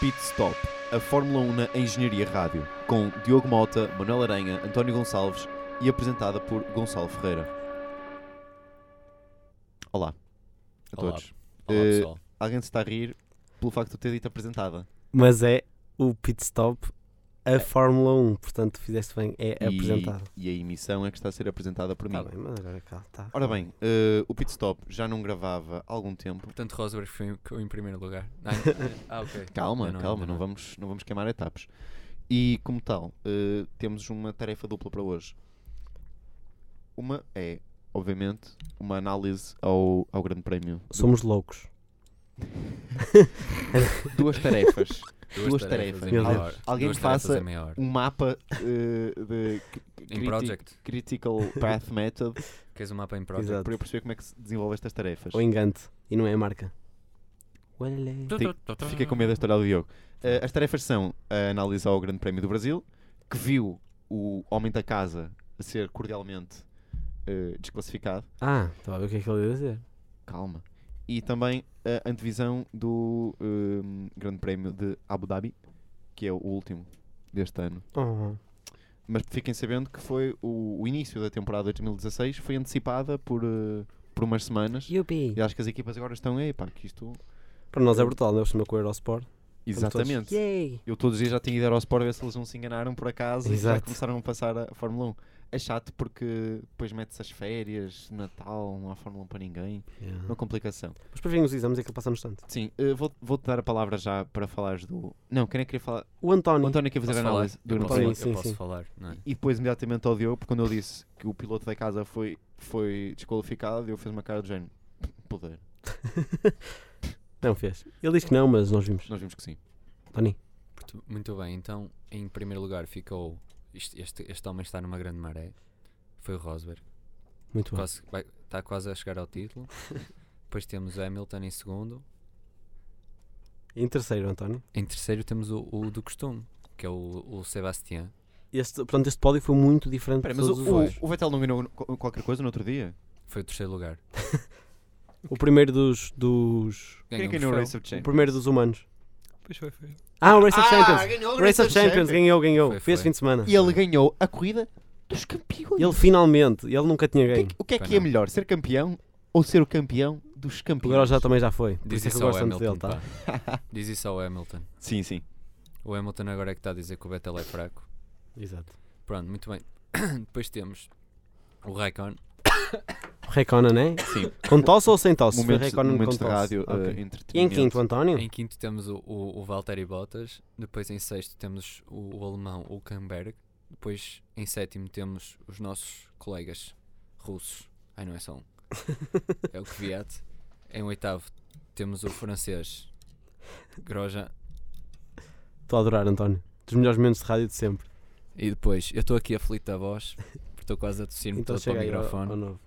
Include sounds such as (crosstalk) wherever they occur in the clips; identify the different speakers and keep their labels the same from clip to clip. Speaker 1: Pit Stop, a Fórmula 1 na Engenharia Rádio, com Diogo Mota, Manuel Aranha, António Gonçalves e apresentada por Gonçalo Ferreira. Olá a
Speaker 2: Olá.
Speaker 1: todos.
Speaker 2: Olá,
Speaker 1: Eh,
Speaker 2: pessoal.
Speaker 1: Alguém se está a rir pelo facto de eu ter dito apresentada.
Speaker 3: Mas é o pit stop a Fórmula 1, portanto fizeste bem, é
Speaker 1: E-
Speaker 3: apresentado.
Speaker 1: E a emissão é que está a ser apresentada por mim.
Speaker 3: Está bem, mas agora é cá está.
Speaker 1: Ora bem, eh, o Pit Stop já não gravava há algum tempo.
Speaker 2: Portanto, Rosberg foi em- em primeiro lugar. Ah,
Speaker 3: (laughs)
Speaker 2: ah, ok.
Speaker 1: Calma,
Speaker 2: Ainda não,
Speaker 1: calma,
Speaker 2: ainda
Speaker 1: não vamos, não vamos queimar etapas. E como tal, eh, temos uma tarefa dupla para hoje. Uma é, obviamente, uma análise ao, ao Grande Prémio.
Speaker 3: Somos loucos.
Speaker 1: (laughs)
Speaker 3: (laughs)
Speaker 1: Duas tarefas.
Speaker 2: Duas,
Speaker 1: Duas
Speaker 2: tarefas,
Speaker 1: tarefas.
Speaker 2: em
Speaker 3: Meu
Speaker 2: meia
Speaker 3: Deus.
Speaker 2: hora.
Speaker 1: Alguém
Speaker 2: Duas
Speaker 1: que
Speaker 2: tarefas
Speaker 1: faça
Speaker 2: em meia hora.
Speaker 1: Um mapa eh, de cri-
Speaker 2: Em
Speaker 1: criti-
Speaker 2: Project.
Speaker 1: Critical Path Method
Speaker 2: Queres um mapa em Project?
Speaker 3: (laughs) Exato.
Speaker 1: para eu perceber como é que se desenvolve estas tarefas.
Speaker 3: Ou engante, e não é a marca. Olé.
Speaker 1: Fiquei com medo desta olhar do Diogo. Eh, as tarefas são a analisar o Grande Prémio do Brasil, que viu o homem da casa a ser cordialmente eh, desclassificado.
Speaker 3: Ah, estava a ver o que é que ele ia dizer.
Speaker 1: Calma. E também a antevisão do ehm, Grande Prémio de Abu Dhabi, que é o último deste ano.
Speaker 3: Oh,
Speaker 1: Mas fiquem sabendo que foi o, o início da temporada 2016 foi antecipada por, eh, por umas semanas.
Speaker 3: Yupi.
Speaker 1: E acho que as equipas agora estão, epá, que isto.
Speaker 3: Para nós é brutal, não é? Chama com o Eurosport. Estamos todos,
Speaker 1: Exatamente.
Speaker 3: Yay!
Speaker 1: Eu todos os dias já tinha ido ao Sport ver se eles não se enganaram por acaso e já
Speaker 3: Exato.
Speaker 1: começaram a passar a Fórmula 1. É chato porque depois mete-se as férias, Natal, não há Fórmula 1 para ninguém.
Speaker 3: Yeah.
Speaker 1: Uma complicação.
Speaker 3: Mas para virem os exames é que ele passa no instante.
Speaker 1: Sim, eh, vou- vou-te dar a palavra já para falares do. Não, quem é que queria falar?
Speaker 3: O António.
Speaker 1: O António quer fazer
Speaker 2: Posso
Speaker 1: a
Speaker 2: falar?
Speaker 1: análise do
Speaker 2: Eu
Speaker 1: Grande Prémio.
Speaker 2: posso,
Speaker 3: Sim,
Speaker 2: falar-
Speaker 3: sim,
Speaker 2: eu posso
Speaker 3: sim.
Speaker 2: falar, não é?
Speaker 1: E depois imediatamente ao Diogo, porque quando eu disse que o piloto da casa foi, foi desqualificado, eu fiz uma cara do género. Poder.
Speaker 3: (laughs) Não fez. Ele diz que não, mas nós vimos.
Speaker 1: Nós vimos que sim.
Speaker 3: António.
Speaker 2: Portu- Muito bem, então, em primeiro lugar ficou... Este, este, este homem está numa grande maré. Foi o Rosberg.
Speaker 3: Muito bem.
Speaker 2: Quase- vai- está quase a chegar ao título.
Speaker 3: (laughs)
Speaker 2: Depois temos Hamilton em segundo.
Speaker 3: Em terceiro, António.
Speaker 2: Em terceiro temos o, o do costume, que é o, o Sebastián.
Speaker 3: Este, portanto, este pódio foi muito diferente
Speaker 1: Espera,
Speaker 3: de
Speaker 1: mas
Speaker 3: todos
Speaker 1: o,
Speaker 3: os outros.
Speaker 1: o, o Vettel não ganhou co- qualquer coisa no outro dia?
Speaker 2: Foi o terceiro lugar.
Speaker 3: O primeiro dos, dos.
Speaker 1: Quem é que
Speaker 2: um
Speaker 1: ganhou o
Speaker 2: troféu.
Speaker 1: Race of
Speaker 3: O
Speaker 1: Champions?
Speaker 3: primeiro dos humanos.
Speaker 4: Pois foi, foi.
Speaker 3: Ah, o Race of Champions!
Speaker 1: ganhou o
Speaker 3: Race of Champions, ganhou, ganhou.
Speaker 2: Foi,
Speaker 3: Foi esse
Speaker 2: foi.
Speaker 3: fim de semana.
Speaker 1: E ele ganhou a corrida dos campeões.
Speaker 3: Ele finalmente, ele nunca tinha
Speaker 1: O que é
Speaker 3: ganho.
Speaker 1: que- o que é
Speaker 2: Foi
Speaker 1: que é
Speaker 2: não.
Speaker 1: melhor? Ser campeão ou ser o campeão dos
Speaker 3: O
Speaker 1: campeões?
Speaker 3: Grau
Speaker 2: tá-
Speaker 3: já também já foi. Por
Speaker 2: Diz
Speaker 3: isso é que
Speaker 2: isso
Speaker 3: eu
Speaker 2: ao
Speaker 3: gosto tanto
Speaker 2: Hamilton,
Speaker 3: dele, tá?
Speaker 2: pá.
Speaker 3: (laughs)
Speaker 2: Diz isso ao Hamilton.
Speaker 1: Sim, sim.
Speaker 2: O Hamilton agora é que está a dizer que o Vettel é fraco.
Speaker 3: Exato.
Speaker 2: Pronto, muito bem. (coughs) Depois temos o Raikkonen.
Speaker 3: O Reconan, né?
Speaker 1: Sim.
Speaker 3: Com tosse ou sem tosse? Foi
Speaker 1: momentos
Speaker 3: Reconan
Speaker 1: momentos
Speaker 3: com
Speaker 1: de
Speaker 3: tosse.
Speaker 1: rádio,
Speaker 3: Ok.
Speaker 1: eh,
Speaker 3: E em
Speaker 1: entretenimento.
Speaker 3: quinto, António?
Speaker 2: Em quinto temos o, o, o Valtteri Bottas. Depois em sexto temos o, o alemão Hülkenberg. Depois em sétimo temos os nossos colegas russos. Ai, não é
Speaker 3: (laughs)
Speaker 2: só um. É o Kvyat. Em oitavo temos o francês Grosjean.
Speaker 3: Estou a adorar, António. Dos melhores momentos de rádio de sempre.
Speaker 2: E depois, eu estou aqui aflito da voz, porque estou quase a tossir-me
Speaker 3: Então
Speaker 2: todo para o
Speaker 3: chega aí ao,
Speaker 2: microfone.
Speaker 3: ao novo.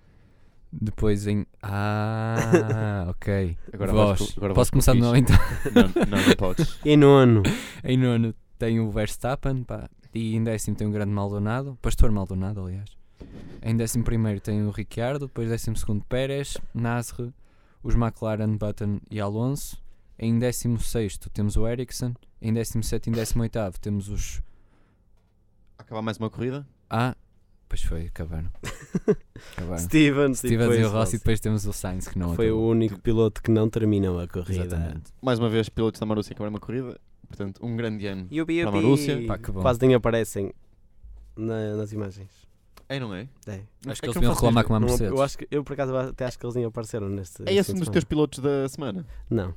Speaker 2: Depois em. Ah, ok.
Speaker 1: (laughs) Agora
Speaker 2: Voz.
Speaker 1: vais- agora vais
Speaker 2: Posso começar de
Speaker 1: com o
Speaker 2: novo então?
Speaker 1: fixe. (laughs) Não, não, não podes.
Speaker 3: Em nono,
Speaker 2: (laughs) Em nono tem o Verstappen, pá. E em décimo tem o grande Maldonado. Pastor Maldonado, aliás. Em décimo primeiro tem o Ricciardo. Depois décimo segundo Pérez, Nasr, os McLaren, Button e Alonso. Em décimo sexto temos o Ericsson. Em décimo sétimo e décimo oitavo temos os.
Speaker 1: Acabar mais uma corrida?
Speaker 2: Ah, pois foi, acabaram.
Speaker 1: (laughs)
Speaker 2: acabaram.
Speaker 3: Steven, tipo,
Speaker 2: Stevens e o Rossi. Depois temos o Sainz, que não
Speaker 3: Foi o
Speaker 2: acabou.
Speaker 3: único piloto que não terminou a corrida.
Speaker 2: Exatamente.
Speaker 1: Mais uma vez, pilotos da Marúcia acabaram uma corrida. Portanto, um grande ano.
Speaker 3: Yubi,
Speaker 1: Para a Marúcia,
Speaker 3: yubi.
Speaker 2: Pá, que bom.
Speaker 3: Quase nem aparecem na- nas imagens.
Speaker 1: É, não é?
Speaker 3: É.
Speaker 2: Acho
Speaker 1: É
Speaker 2: que eles
Speaker 1: não
Speaker 2: deviam
Speaker 1: faço
Speaker 2: reclamar
Speaker 1: mesmo.
Speaker 2: com a
Speaker 3: Não-
Speaker 2: Mercedes.
Speaker 3: eu, acho que, eu, por acaso, até acho que eles nem apareceram neste.
Speaker 1: É
Speaker 3: neste
Speaker 1: esse
Speaker 3: fim
Speaker 1: um
Speaker 3: de
Speaker 1: dos
Speaker 3: semana.
Speaker 1: teus pilotos da semana?
Speaker 3: Não.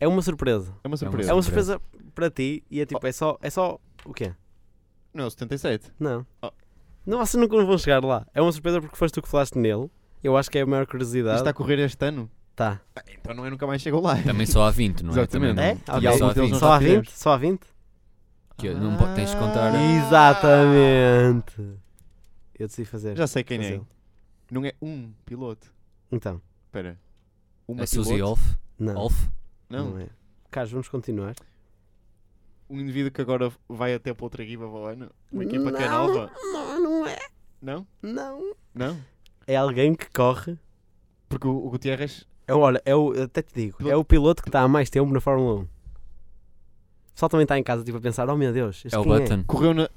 Speaker 3: É uma surpresa.
Speaker 1: É uma surpresa.
Speaker 3: É uma surpresa para ti e é
Speaker 1: Oh.
Speaker 3: tipo, é só, é só o quê?
Speaker 1: Não, é o 77.
Speaker 3: Não.
Speaker 1: Oh.
Speaker 3: Não, vocês nunca vão chegar lá. É uma surpresa porque foste tu que falaste nele. Eu acho que é a maior
Speaker 1: Isto
Speaker 3: curiosidade.
Speaker 1: está a correr este ano.
Speaker 3: Tá.
Speaker 1: Ah, Então não é nunca mais chegou lá.
Speaker 2: Também só há 20, não é?
Speaker 1: Exatamente.
Speaker 2: Também
Speaker 3: É?
Speaker 2: não-
Speaker 3: Ah,
Speaker 2: também
Speaker 3: ok.
Speaker 2: só há
Speaker 1: Alguns
Speaker 2: 20.
Speaker 1: deles
Speaker 3: Só há
Speaker 1: já tivemos.
Speaker 3: 20? Só há 20?
Speaker 2: Que eu não po- tens de contar- Ah.
Speaker 3: Exatamente. Eu decidi
Speaker 1: (laughs)
Speaker 3: fazer.
Speaker 1: Já sei quem é.
Speaker 3: fazê-lo.
Speaker 1: Não é um piloto.
Speaker 3: Então,
Speaker 1: Espera.
Speaker 2: A
Speaker 1: Uma
Speaker 2: É Suzy
Speaker 1: piloto.
Speaker 2: Olf.
Speaker 3: não.
Speaker 2: Olf.
Speaker 1: Não.
Speaker 3: é. Carlos, vamos continuar.
Speaker 1: Um indivíduo que agora vai até para outra equipa para o ano. Uma equipa
Speaker 3: não,
Speaker 1: que é nova.
Speaker 3: Não, não é.
Speaker 1: Não?
Speaker 3: Não.
Speaker 1: Não?
Speaker 3: É alguém que corre.
Speaker 1: Porque o, o Gutierrez.
Speaker 3: É, um. o- olha, é o, até te digo, é o piloto que está há mais tempo na Fórmula 1. pessoal também está em casa tipo, a pensar: oh meu Deus, este
Speaker 2: É o
Speaker 3: quem
Speaker 2: Button.
Speaker 1: Correu na.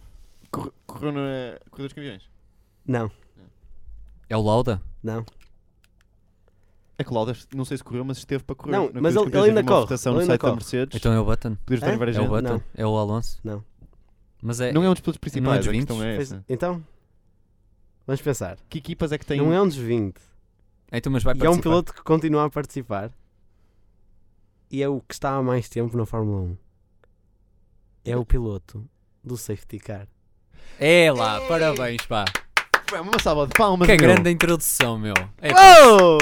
Speaker 1: corre- Correu na. Correu dos campeões.
Speaker 3: Não,
Speaker 2: É o Lauda?
Speaker 3: não.
Speaker 1: É que o Lauda, não sei se correu, mas esteve para correr.
Speaker 3: Não,
Speaker 1: Na Corrida
Speaker 3: mas
Speaker 1: dos
Speaker 3: ele-
Speaker 1: Campeões
Speaker 3: ele ainda
Speaker 1: havia uma
Speaker 3: corre,
Speaker 1: votação
Speaker 3: ele
Speaker 1: no
Speaker 3: ainda
Speaker 1: site da
Speaker 3: corre.
Speaker 1: Mercedes.
Speaker 2: Então é o Button?
Speaker 1: Podias votar
Speaker 3: É?
Speaker 1: em várias
Speaker 2: É o
Speaker 1: gente.
Speaker 2: Button? É o Alonso?
Speaker 3: Não.
Speaker 2: Mas é.
Speaker 1: Não é um dos pilotos principais,
Speaker 2: dos
Speaker 1: a questão
Speaker 2: 20.
Speaker 1: é
Speaker 3: Pois-
Speaker 1: essa.
Speaker 3: então, vamos pensar.
Speaker 1: Que equipas é que têm.
Speaker 3: Não é um dos 20.
Speaker 2: Então, mas vai
Speaker 3: E é um
Speaker 2: participar.
Speaker 3: piloto que continua a participar. E é o que está há mais tempo na Fórmula 1. É o piloto do safety car.
Speaker 2: É lá, parabéns, pá.
Speaker 1: Pá, Uma salva de palmas.
Speaker 2: que
Speaker 1: meu.
Speaker 2: grande introdução, meu. É, pá,
Speaker 3: Oh!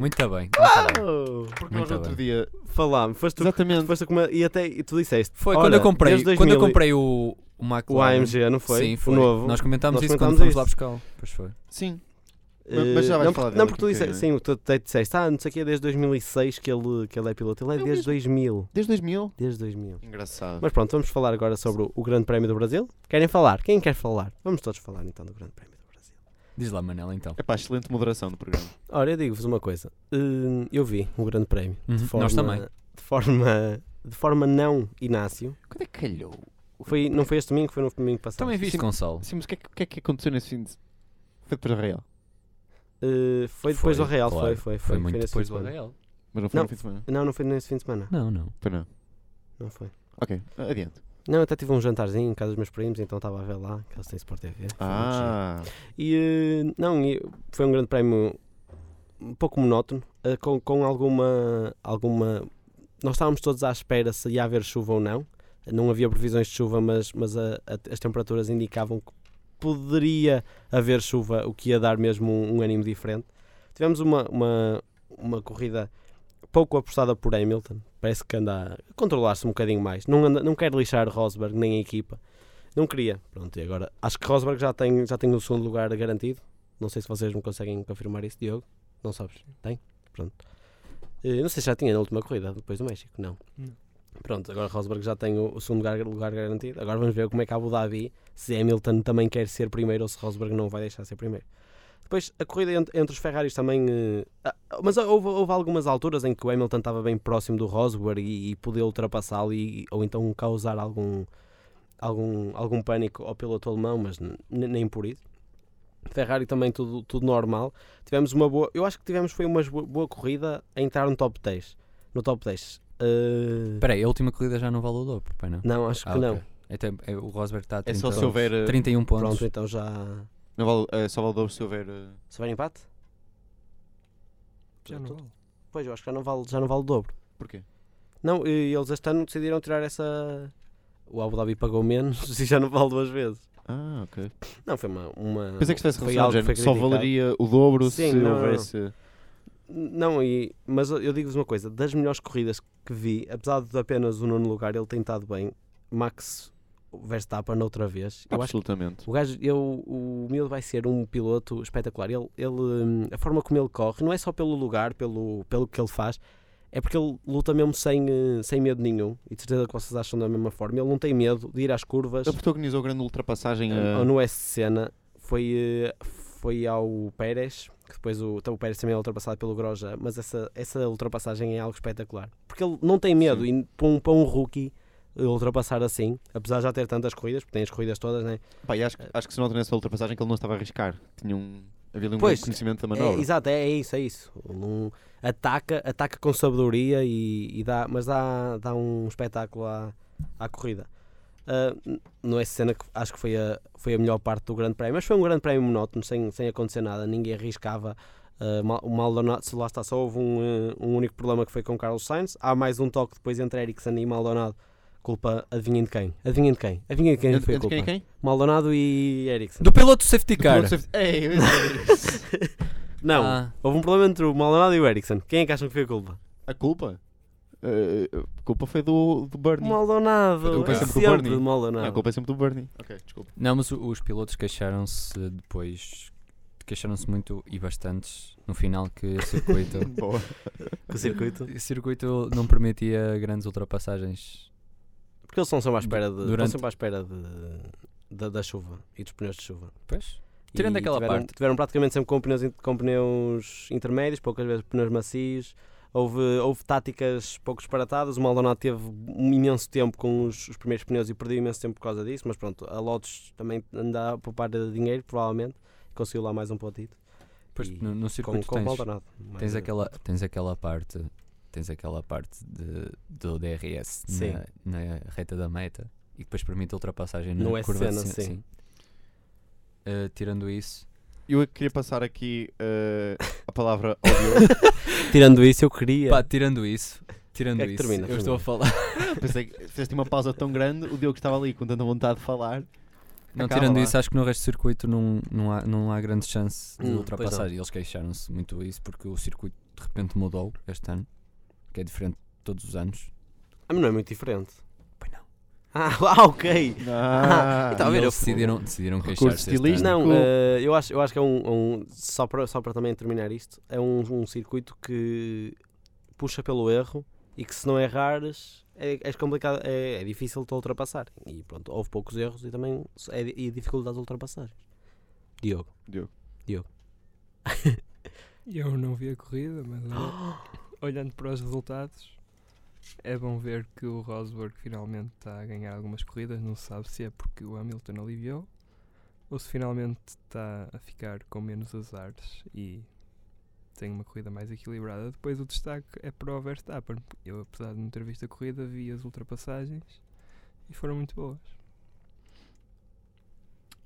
Speaker 2: Muito bem.
Speaker 1: Porque
Speaker 2: Muito
Speaker 1: nós no outro dia.
Speaker 3: Falámos, foste tu,
Speaker 1: Exatamente.
Speaker 3: foste tu que me- e até e tu disseste.
Speaker 2: Foi
Speaker 3: "Ora,
Speaker 2: quando eu comprei,
Speaker 3: desde 2000
Speaker 2: quando eu comprei o, o
Speaker 3: o
Speaker 2: McLaren.
Speaker 3: AMG, não foi?
Speaker 2: Sim, foi.
Speaker 3: O novo.
Speaker 2: Nós comentámos
Speaker 3: Nós
Speaker 2: isso
Speaker 3: comentámos
Speaker 2: quando fomos
Speaker 3: isso.
Speaker 2: lá buscá-lo. Pois foi.
Speaker 1: Sim.
Speaker 3: Eh,
Speaker 1: Mas já vais falar
Speaker 3: não, porque-
Speaker 1: dela
Speaker 3: Não,
Speaker 1: daqui
Speaker 3: porque tu
Speaker 1: a
Speaker 3: disseste,
Speaker 1: bocadinho,
Speaker 3: sim, tu até disseste, ah, não sei o que é desde 2006 que ele, que ele é piloto. Ele é,
Speaker 1: É o
Speaker 3: desde
Speaker 1: mesmo.
Speaker 3: 2000.
Speaker 1: Desde 2000.
Speaker 3: Desde 2000.
Speaker 1: Engraçado.
Speaker 3: Mas pronto, vamos falar agora sobre o, o Grande Prémio do Brasil. Querem falar? Quem quer falar? Vamos todos falar então do Grande Prémio do Brasil.
Speaker 2: Diz lá, Manela, então.
Speaker 1: É pá, excelente moderação do programa.
Speaker 3: Ora, eu digo-vos uma coisa. Hum, eu vi o Grande Prémio.
Speaker 2: Uhum,
Speaker 3: De forma,
Speaker 2: Nós também.
Speaker 3: De forma, de forma não Inácio.
Speaker 1: Quando é que calhou?
Speaker 3: Foi, não foi este domingo, foi no domingo passado.
Speaker 2: Também viste,
Speaker 1: Sim.
Speaker 2: Gonçalo.
Speaker 1: Sim, mas o que é que, o que, é que aconteceu nesse fim de. Foi depois do Real.
Speaker 3: Eh, foi depois
Speaker 2: Foi,
Speaker 3: do Real,
Speaker 2: claro.
Speaker 3: foi, foi, foi.
Speaker 2: Foi muito
Speaker 3: nesse fim
Speaker 2: depois
Speaker 3: de
Speaker 2: do
Speaker 3: semana.
Speaker 2: Real.
Speaker 1: Mas não foi
Speaker 3: Não.
Speaker 1: no fim de semana.
Speaker 3: Não, não foi nesse fim de semana.
Speaker 2: Não, não.
Speaker 1: Foi não.
Speaker 3: Não foi.
Speaker 1: Ok, a- adiante.
Speaker 3: Não, até tive um jantarzinho em casa dos meus primos, então estava a ver lá, que eles têm Sport TV. foi muito giro.
Speaker 1: Ah,
Speaker 3: E eh, não, e foi um grande prémio um pouco monótono, eh, com, com alguma, alguma. Nós estávamos todos à espera se ia haver chuva ou não. Não havia previsões de chuva, mas, mas a- a- as temperaturas indicavam que poderia haver chuva, o que ia dar mesmo um, um ânimo diferente. Tivemos uma, uma, uma corrida pouco apostada por Hamilton. Parece que anda a controlar-se um bocadinho mais. Não, anda, não quer lixar Rosberg nem a equipa. Não queria. Pronto, e agora? Acho que Rosberg já tem, já tem o segundo lugar garantido. Não sei se vocês me conseguem confirmar isso, Diogo. Não sabes? Tem? Pronto. Eh, não sei se já tinha na última corrida, depois do México. Não.
Speaker 2: Não.
Speaker 3: Pronto, agora Rosberg já tem o, o segundo lugar, lugar garantido. Agora vamos ver como é que Abu Dhabi, se Hamilton também quer ser primeiro ou se Rosberg não vai deixar ser primeiro. Depois, a corrida ent- entre, os Ferraris também. eh, ah, mas houve, houve algumas alturas em que o Hamilton estava bem próximo do Rosberg e, e podia ultrapassá-lo e- ou então causar algum, algum, algum pânico ao piloto alemão, mas n- nem por isso. Ferrari também tudo, tudo normal. Tivemos uma boa. Eu acho que tivemos foi uma boa, boa corrida a entrar no top 10. No top 10. Eh,
Speaker 2: Espera aí, a última corrida já não vale o dobro, pai, não?
Speaker 3: não, acho que
Speaker 2: Ah,
Speaker 3: não.
Speaker 2: ok. Então, é, o Rosberg está a
Speaker 1: é
Speaker 2: 30,
Speaker 1: só se houver. eh,
Speaker 2: 31 pontos.
Speaker 3: Pronto, então já.
Speaker 1: Não vale, eh, só vale o dobro se houver. eh,
Speaker 3: Se houver empate?
Speaker 2: Já não vale.
Speaker 3: Pois, eu acho que já não vale, já não vale o dobro.
Speaker 1: Porquê?
Speaker 3: Não, e eles este ano decidiram tirar essa. O Abu Dhabi pagou menos (laughs) e já não vale duas vezes.
Speaker 1: Ah, ok.
Speaker 3: Não, foi uma. uma...
Speaker 1: Pensei que estivesse
Speaker 3: foi
Speaker 1: relacionado,
Speaker 3: algo que
Speaker 1: género,
Speaker 3: foi
Speaker 1: só
Speaker 3: criticado.
Speaker 1: valeria o dobro
Speaker 3: Sim,
Speaker 1: se
Speaker 3: não, não, não.
Speaker 1: houvesse.
Speaker 3: Não, e, mas eu digo-vos uma coisa: das melhores corridas que vi, apesar de apenas o nono lugar, ele tem estado bem. Max Verstappen, outra vez.
Speaker 1: Ah,
Speaker 3: Eu acho
Speaker 1: Absolutamente.
Speaker 3: que o gajo, eu, o miúdo vai ser um piloto espetacular. Ele, ele, hum, a forma como ele corre, não é só pelo lugar, pelo, pelo que ele faz, é porque ele luta mesmo sem, eh, sem medo nenhum. E de certeza que vocês acham da mesma forma. Ele não tem medo de ir às curvas
Speaker 1: Ele protagonizou a grande ultrapassagem eh, a.
Speaker 3: Eh, ou no S cena foi, eh, foi ao Pérez, que depois o, então o Pérez também é ultrapassado pelo Groja, mas essa, essa ultrapassagem é algo espetacular. Porque ele não tem medo, e para um, para um rookie eh, ultrapassar assim, apesar de já ter tantas corridas, porque tem as corridas todas, né?
Speaker 1: Pá, e acho, que- acho que se nota nessa ultrapassagem que ele não estava a arriscar. Tinha um. Havia ali um
Speaker 3: Pois,
Speaker 1: grande conhecimento da
Speaker 3: é?
Speaker 1: manobra.
Speaker 3: Exato, é, é isso, é isso. Ele não- ataca, ataca com sabedoria, e, e dá, mas dá, dá um espetáculo à, à corrida. Ah, n- não é cena que acho que foi a, foi a melhor parte do Grande Prémio, mas foi um Grande Prémio monótono, sem, sem acontecer nada, ninguém arriscava. ah, mal o Maldonado, se lá está, só houve um, eh, um único problema que foi com Carlos Sainz. Há mais um toque depois entre Ericsson e Maldonado. Culpa, adivinhem de quem? Adivinhem de quem? Adivinhem de quem
Speaker 1: Entre-
Speaker 3: foi a
Speaker 1: entre
Speaker 3: culpa?
Speaker 1: quem e quem?
Speaker 3: Maldonado e Ericsson.
Speaker 2: Do piloto safety
Speaker 1: Do
Speaker 2: car.
Speaker 1: piloto safety- É, eu ia dizer
Speaker 3: (laughs)
Speaker 1: isso.
Speaker 3: Não,
Speaker 2: Ah,
Speaker 3: houve um problema entre o Maldonado e o Ericsson. Quem é que acham que foi a culpa?
Speaker 1: A culpa? Eh, a culpa foi do, do Bernie.
Speaker 3: Maldonado.
Speaker 1: A culpa
Speaker 2: é
Speaker 3: é
Speaker 1: sempre do
Speaker 3: sempre
Speaker 1: Bernie.
Speaker 3: de
Speaker 1: Não, a
Speaker 3: Maldonado.
Speaker 1: culpa é sempre do Bernie. Ok, desculpa.
Speaker 2: não, mas o- os pilotos queixaram-se depois. Queixaram-se muito e bastantes no final que o
Speaker 3: (laughs)
Speaker 2: circuito,
Speaker 1: (laughs) Boa.
Speaker 3: O circuito.
Speaker 2: o circuito não permitia grandes ultrapassagens.
Speaker 3: Porque eles estão sempre à espera, de, estão
Speaker 2: Durante-
Speaker 3: sempre à espera de- da- da chuva e dos pneus de chuva.
Speaker 2: Pois? Tirando
Speaker 3: E
Speaker 2: aquela
Speaker 3: tiveram,
Speaker 2: parte.
Speaker 3: Tiveram praticamente sempre com pneus, in- com pneus intermédios, poucas vezes pneus macios. Houve, houve táticas pouco disparatadas. O Maldonado teve um imenso tempo com os, os primeiros pneus e perdeu imenso tempo por causa disso. Mas pronto, a Lotus também anda a poupar dinheiro, provavelmente. Conseguiu lá mais um pontito.
Speaker 2: Pois,
Speaker 3: E
Speaker 2: no, no
Speaker 3: Com,
Speaker 2: circuito
Speaker 3: com o
Speaker 2: tens,
Speaker 3: Maldonado. Mas,
Speaker 2: tens
Speaker 3: eh,
Speaker 2: aquela, tens aquela parte tens aquela parte de- do DRS
Speaker 3: Sim.
Speaker 2: na, na reta da meta e depois permite a ultrapassagem na
Speaker 3: No
Speaker 2: curva de
Speaker 3: SN,
Speaker 2: cima,
Speaker 3: sim.
Speaker 2: Uh, tirando isso
Speaker 1: Eu é queria passar aqui eh, a palavra ao Diogo.
Speaker 3: Tirando isso, eu queria.
Speaker 2: pá, tirando
Speaker 3: (laughs)
Speaker 2: isso tirando
Speaker 3: É que
Speaker 2: isso
Speaker 3: termina,
Speaker 2: eu estou a
Speaker 3: termina. (laughs)
Speaker 2: falar
Speaker 1: Pensei que fizeste uma pausa tão grande, o Diogo estava ali com tanta vontade de falar.
Speaker 2: não
Speaker 1: Acaba
Speaker 2: tirando
Speaker 1: lá.
Speaker 2: isso acho que no resto do circuito não, não, há, não há grande chance de
Speaker 3: Hum, pois
Speaker 2: ultrapassagem eles queixaram-se muito isso porque o circuito de repente mudou este ano que é diferente de todos os anos
Speaker 3: Ah, mas não é muito diferente.
Speaker 2: Pois não.
Speaker 3: Ah, (laughs) ah, ok.
Speaker 1: (laughs) Ah,
Speaker 3: então- Tá a
Speaker 2: E
Speaker 3: ver,
Speaker 2: eles
Speaker 3: eu-
Speaker 2: decidiram, decidiram
Speaker 1: Recurso
Speaker 2: queixar-se este
Speaker 1: estilista.
Speaker 2: ano.
Speaker 1: Não,
Speaker 3: Não,
Speaker 1: com-
Speaker 3: eh, eu, acho, eu acho que é um. um- só, para, só para também terminar isto, é um, um circuito que puxa pelo erro e que se não errares é, é complicado, é, é difícil de ultrapassar. E pronto, houve poucos erros e também se- é, di- e dificuldade de ultrapassar. Diogo.
Speaker 1: Diogo.
Speaker 4: Eu não vi a corrida, mas olha- olhando para os resultados, é bom ver que o Rosberg finalmente está a ganhar algumas corridas. Não se sabe se é porque o Hamilton aliviou ou se finalmente está a ficar com menos azares e tem uma corrida mais equilibrada. Depois o destaque é para o Verstappen. Eu, apesar de não ter visto a corrida, vi as ultrapassagens e foram muito boas.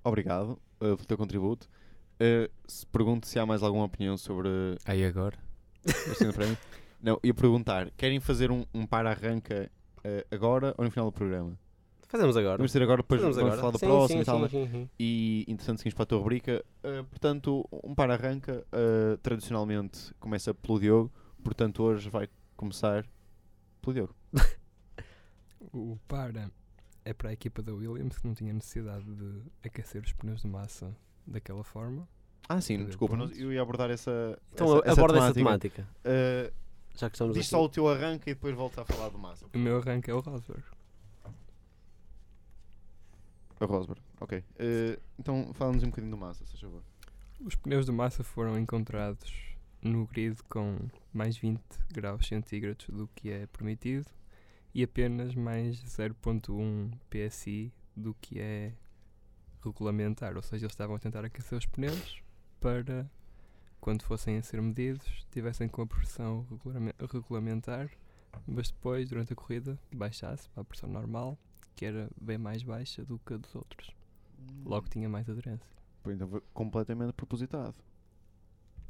Speaker 1: Obrigado eh, pelo teu contributo. Eh, se pergunto se há mais alguma opinião sobre
Speaker 2: aí agora
Speaker 1: este Grande
Speaker 2: (laughs)
Speaker 1: Prémio. Não, ia perguntar: querem fazer um, um para-arranca eh, agora ou no final do programa?
Speaker 3: (laughs) Fazemos agora.
Speaker 1: Vamos ter agora, depois
Speaker 3: Fazemos
Speaker 1: vamos
Speaker 3: agora.
Speaker 1: falar do
Speaker 3: Sim,
Speaker 1: próximo
Speaker 3: sim,
Speaker 1: e tal. né?
Speaker 3: sim,
Speaker 1: mas-
Speaker 3: sim, sim.
Speaker 1: E interessante seguimos para a tua rubrica. Eh, portanto, um para-arranca eh, tradicionalmente começa pelo Diogo, portanto, hoje vai começar pelo Diogo.
Speaker 4: O para é para a equipa da Williams que não tinha necessidade de aquecer os pneus de massa daquela forma.
Speaker 1: Ah, sim,
Speaker 4: Fazer
Speaker 1: desculpa, nós-
Speaker 4: pontos.
Speaker 1: eu ia abordar essa.
Speaker 3: Então
Speaker 1: essa,
Speaker 3: aborda essa
Speaker 1: temática.
Speaker 3: temática.
Speaker 1: Eh,
Speaker 3: Já que estamos
Speaker 1: Diz
Speaker 3: aqui.
Speaker 1: só o teu arranque e depois volta a falar do Massa.
Speaker 4: O meu arranque é o Rosberg.
Speaker 1: A É Rosberg, ok. Eh, então fala-nos um bocadinho do Massa, se favor.
Speaker 4: Os pneus de massa foram encontrados no grid com mais 20 graus centígrados do que é permitido e apenas mais 0.1 PSI do que é regulamentar, ou seja, eles estavam a tentar aquecer os pneus para quando fossem a ser medidos tivessem com a pressão regulame- regulamentar, mas depois durante a corrida baixasse para a pressão normal, que era bem mais baixa do que a dos outros.
Speaker 1: Hum.
Speaker 4: Logo
Speaker 3: tipo,
Speaker 4: tinha mais aderência,
Speaker 1: Pois, então foi completamente propositado.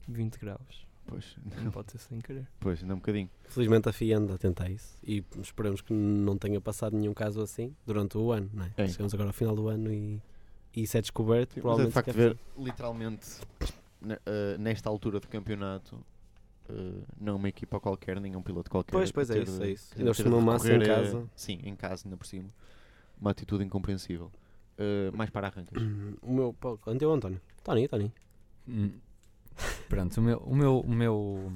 Speaker 4: 20 graus.
Speaker 1: Pois, (laughs)
Speaker 4: Não pode ser sem querer.
Speaker 1: pois, ainda um bocadinho.
Speaker 3: Felizmente a FIA anda atenta a isso e esperemos que não tenha passado nenhum caso assim durante o ano. Não é?
Speaker 1: É.
Speaker 3: Chegamos agora ao final do ano e, e isso é descoberto.
Speaker 1: Sim, mas é
Speaker 3: provavelmente
Speaker 1: de facto
Speaker 3: se quer
Speaker 1: ver, literalmente, ne- eh, nesta altura do campeonato, eh, não uma equipa qualquer, nem um piloto qualquer.
Speaker 3: Pois, pois, é
Speaker 1: ter-
Speaker 3: isso, é isso.
Speaker 1: ter-
Speaker 3: Ainda por
Speaker 1: ter
Speaker 3: cima
Speaker 1: de
Speaker 3: o Massa em
Speaker 1: recorrer a-
Speaker 3: casa.
Speaker 1: Sim, em casa, ainda por cima. Uma atitude incompreensível. Eh, mais para arrancas.
Speaker 3: Hum, (clears throat) O meu. pô, Onde é o António? Tony, Tony.
Speaker 2: Hum. Pronto, o meu, o meu, o meu,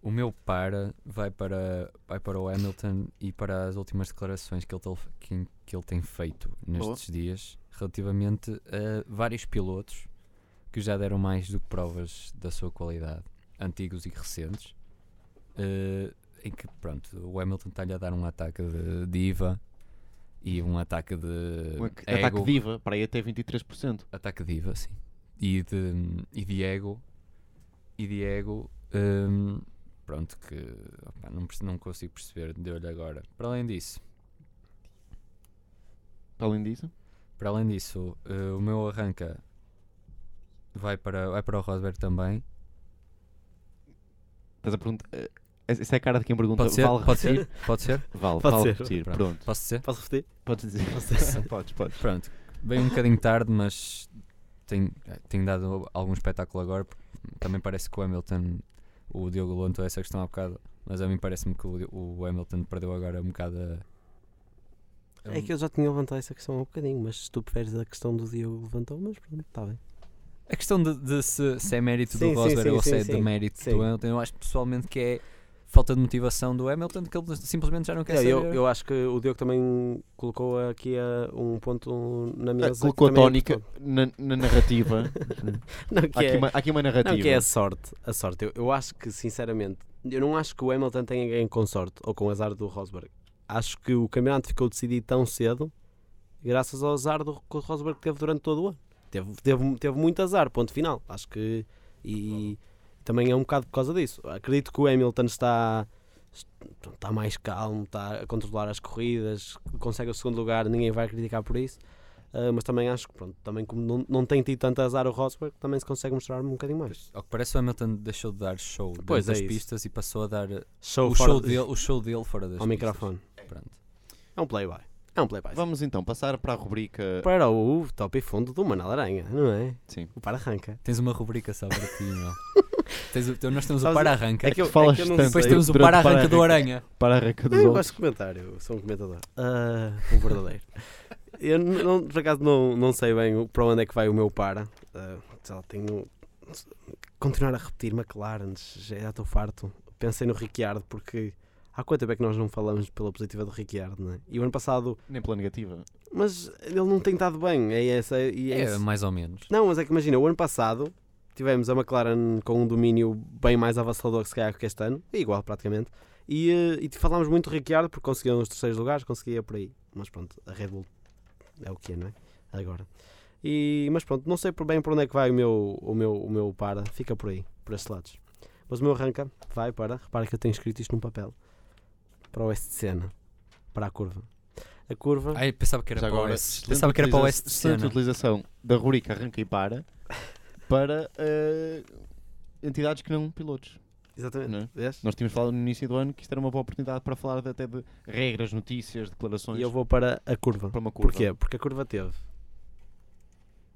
Speaker 2: o meu para vai para vai para o Hamilton e para as últimas declarações que ele, tel- que, que ele tem feito nestes dias relativamente a vários pilotos que já deram mais do que provas da sua qualidade, antigos e recentes, eh, em que pronto, o Hamilton está-lhe a dar um ataque de diva e um ataque de
Speaker 1: Um
Speaker 3: É
Speaker 1: ac-
Speaker 2: ego
Speaker 1: ataque viva, para aí até 23%.
Speaker 2: ataque diva, sim. E de, e de ego. E de ego. hum, pronto, que opá, não, perce- não consigo perceber de olho agora. Para além disso,
Speaker 1: Para além disso,
Speaker 2: para além disso eh, o meu arranca vai para, vai para o Rosberg também.
Speaker 1: estás a perguntar. eh, essa é a cara de quem pergunta.
Speaker 2: Pode ser?
Speaker 1: Vale (laughs)
Speaker 2: Pode
Speaker 1: repetir?
Speaker 2: ser? Pode ser?
Speaker 1: Vale,
Speaker 3: Pode
Speaker 1: vale
Speaker 3: ser.
Speaker 1: repetir.
Speaker 2: Pronto.
Speaker 1: Pronto.
Speaker 2: Posso dizer?
Speaker 3: Posso repetir?
Speaker 1: Podes dizer.
Speaker 3: (laughs)
Speaker 1: podes, podes.
Speaker 2: Pronto, bem um bocadinho tarde, mas tenho, tenho dado algum espetáculo agora. porque Também parece que o Hamilton, o Diogo levantou essa questão há bocado, mas a mim parece-me que o, Di- o Hamilton perdeu agora um bocado a. a-
Speaker 3: É
Speaker 1: Então.
Speaker 3: que eu já tinha levantado essa questão há um bocadinho, mas se tu preferes a questão do Diogo levantou, mas pronto, está bem.
Speaker 2: A questão de, de se, se é mérito
Speaker 3: Sim, sim,
Speaker 2: do Rosberg
Speaker 3: sim,
Speaker 2: ou se
Speaker 3: sim,
Speaker 2: é
Speaker 3: sim.
Speaker 2: de mérito
Speaker 3: Sim.
Speaker 2: do Hamilton, eu acho pessoalmente que é falta de motivação do Hamilton que ele simplesmente já não quer
Speaker 3: É,
Speaker 2: saber.
Speaker 3: eu, eu acho que o Diogo também colocou aqui eh, um ponto na mesa.
Speaker 1: Ah,
Speaker 3: que
Speaker 1: colocou a
Speaker 3: também é
Speaker 1: tónica
Speaker 3: importante.
Speaker 1: na, na narrativa.
Speaker 3: Não, (laughs) que
Speaker 1: há, aqui
Speaker 3: é,
Speaker 1: uma, há aqui uma narrativa.
Speaker 3: não, que é a sorte. A sorte. Eu, eu acho que, sinceramente, eu não acho que o Hamilton tenha ganho com sorte ou com azar do Rosberg. Acho que o campeonato ficou decidido tão cedo graças ao azar do, que o Rosberg teve durante todo o ano. Teve, teve, teve muito azar, ponto final. Acho que. E também é um bocado por causa disso. Acredito que o Hamilton está. Está mais calmo, está a controlar as corridas, consegue o segundo lugar, ninguém vai criticar por isso. Ah, mas também acho que, pronto, também como não, não tem tido tanto azar o Rosberg, também se consegue mostrar um bocadinho mais.
Speaker 2: Ao que parece, o Hamilton deixou de dar show
Speaker 3: Pois,
Speaker 2: depois
Speaker 3: é
Speaker 2: das
Speaker 3: isso.
Speaker 2: pistas e passou a dar uh,
Speaker 3: Show
Speaker 2: o, show dele, o show dele fora das
Speaker 3: ao
Speaker 2: pistas.
Speaker 3: microfone.
Speaker 2: Pronto.
Speaker 3: É um play-by. É um play-by.
Speaker 1: Vamos então passar para a rubrica.
Speaker 3: para o top e fundo do Manal Aranha, não é?
Speaker 1: Sim.
Speaker 3: O para arranca.
Speaker 2: Tens uma rubrica só para ti, meu. Tens o- então nós temos o
Speaker 3: Sabes,
Speaker 2: para-arranca.
Speaker 3: é que eu-
Speaker 1: falas
Speaker 3: não
Speaker 1: tanto
Speaker 2: Depois
Speaker 1: sei,
Speaker 2: temos o
Speaker 1: durante o
Speaker 2: para-arranca do
Speaker 1: para-arranca.
Speaker 2: Aranha.
Speaker 1: Para a arranca dos
Speaker 3: Eu
Speaker 1: outros.
Speaker 3: gosto de comentar, eu sou um comentador. Ah, um verdadeiro. eu, n- não, por acaso, não, não sei bem o- para onde é que vai o meu para. Ah, só tenho. Continuar a repetir McLaren, já estou farto. Pensei no Ricciardo, porque há quanto tempo é que nós não falamos pela positiva do Ricciardo, não é? E o ano passado.
Speaker 1: Nem pela negativa.
Speaker 3: Mas ele não tem estado bem, é essa. E é
Speaker 2: É,
Speaker 3: isso.
Speaker 2: mais ou menos.
Speaker 3: Não, mas é que imagina, o ano passado tivemos a McLaren com um domínio bem mais avassalador que se calhar que este ano, é igual praticamente, e, eh, e te falámos muito do Ricciardo porque conseguiu nos terceiros lugares, conseguia por aí. Mas pronto, a Red Bull é o que é, não é? Agora. E, mas pronto, não sei por bem para onde é que vai o meu, o meu, o meu para, fica por aí, por estes lados. Mas o meu arranca vai para, repara que eu tenho escrito isto num papel, para o oeste de cena, para a curva. A curva...
Speaker 2: Ai, pensava que era
Speaker 1: Já
Speaker 2: para o
Speaker 1: agora,
Speaker 2: Oeste.
Speaker 1: excelente
Speaker 2: Pensava que era para o
Speaker 1: utiliza-
Speaker 2: Oeste de
Speaker 1: Excelente
Speaker 3: é?
Speaker 2: cena.
Speaker 1: utilização da rubrica arranca e para para eh, entidades que não pilotos.
Speaker 3: Exatamente.
Speaker 1: Não é?
Speaker 3: Vês?
Speaker 1: Nós tínhamos falado no início do ano que isto era uma boa oportunidade para falar de- até de regras, notícias, declarações.
Speaker 3: E eu vou para a curva.
Speaker 1: é para uma curva.
Speaker 3: Porquê? Porque a curva teve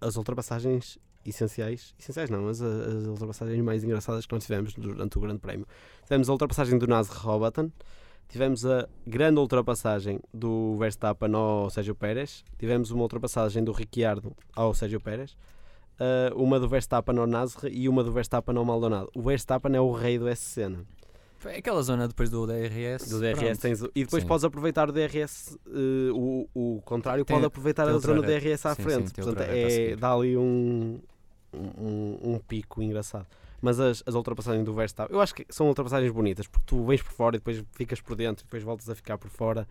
Speaker 3: as ultrapassagens essenciais, essenciais não, mas a- as ultrapassagens mais engraçadas que nós tivemos durante o Grande Prémio. Tivemos a ultrapassagem do Nasr Robaton, tivemos a grande ultrapassagem do Verstappen ao Sérgio Pérez, tivemos uma ultrapassagem do Ricciardo ao Sérgio Pérez, ah, uma do Verstappen ao Nasr e uma do Verstappen ao Maldonado. O Verstappen é o rei do SC, não é?
Speaker 2: É Aquela zona depois do DRS.
Speaker 3: do DRS
Speaker 2: pronto.
Speaker 3: tens o- e depois
Speaker 2: Sim.
Speaker 3: podes aproveitar o DRS eh, o, o contrário
Speaker 2: Tem-
Speaker 3: pode aproveitar
Speaker 2: tem
Speaker 3: a
Speaker 2: outra
Speaker 3: zona do
Speaker 2: reta.
Speaker 3: DRS à
Speaker 2: Sim,
Speaker 3: frente
Speaker 2: sim, tem
Speaker 3: portanto
Speaker 2: outra reta a
Speaker 3: é,
Speaker 2: seguir.
Speaker 3: dá ali um, um, um pico engraçado mas as, as ultrapassagens do Verstappen eu acho que são ultrapassagens bonitas porque tu vens por fora e depois ficas por dentro e depois voltas a ficar por fora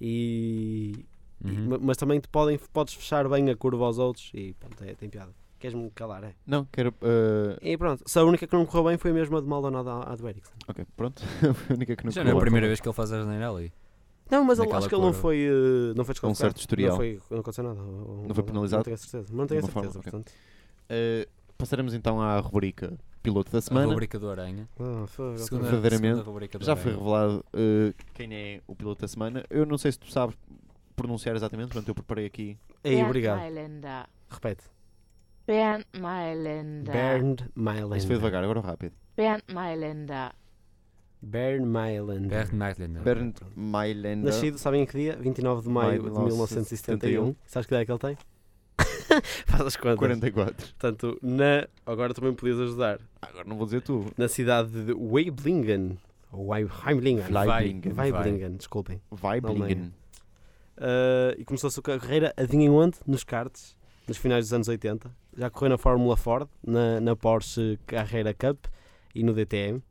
Speaker 3: e, e-
Speaker 2: Uhum.
Speaker 3: ma- mas também te podem, podes fechar bem a curva aos outros e pronto, é, tem piada queres-me calar é
Speaker 1: Não, quero. eh,
Speaker 3: e pronto só a única que não correu bem foi mesmo a de Maldonado à, à do Ericsson
Speaker 1: ok, pronto. (laughs) Foi a única que não
Speaker 2: Já não é a
Speaker 1: colou.
Speaker 2: primeira vez que ele faz a janeira ali.
Speaker 3: Não, mas ele,
Speaker 2: Naquela
Speaker 3: acho que ele não
Speaker 2: curva.
Speaker 3: foi, eh, não foi
Speaker 1: Com um
Speaker 3: desconfiado.
Speaker 1: certo historial.
Speaker 3: Não, foi, não aconteceu nada. ou- ou-
Speaker 1: Não foi penalizado?
Speaker 3: Não tenho a certeza. Não tenho a
Speaker 1: De uma forma,
Speaker 3: certeza,
Speaker 1: ok.
Speaker 3: portanto.
Speaker 1: Eh, passaremos então à rubrica Piloto da
Speaker 2: A
Speaker 1: Semana.
Speaker 2: rubrica do Aranha.
Speaker 3: Ah, foi-
Speaker 2: Segunda,
Speaker 1: Verdadeiramente.
Speaker 2: segunda rubrica do
Speaker 1: Já
Speaker 2: Aranha.
Speaker 1: foi revelado eh, quem é o Piloto da Semana. Eu não sei se tu sabes pronunciar exatamente, portanto eu preparei aqui.
Speaker 3: Ei,
Speaker 5: Bernd
Speaker 3: obrigado.
Speaker 5: Mailänder.
Speaker 3: Repete.
Speaker 5: Bernd Mailänder.
Speaker 3: Bernd Mailand.
Speaker 1: Isto foi devagar, agora rápido.
Speaker 5: Bernd Mailänder.
Speaker 3: Bernd Mailand.
Speaker 2: Bert Maitlander.
Speaker 1: Bernd Mailänder.
Speaker 3: Nascido, sabem em que dia? 29 de maio de 1971. Sabes que ideia que ele tem? (laughs) Faz as contas.
Speaker 1: 44.
Speaker 3: Portanto, na... agora também podias ajudar.
Speaker 1: Agora não vou dizer tu.
Speaker 3: Na cidade de Weiblingen. Ou Wei- Heimlingen.
Speaker 1: Vai-
Speaker 2: Weiblingen.
Speaker 3: Weiblingen, desculpem.
Speaker 1: Weiblingen.
Speaker 3: Uh, e começou a sua carreira, adivinhem onde? Nos karts, nos finais dos anos 80. Já correu na Fórmula Ford, na, na Porsche Carreira Cup e no DTM.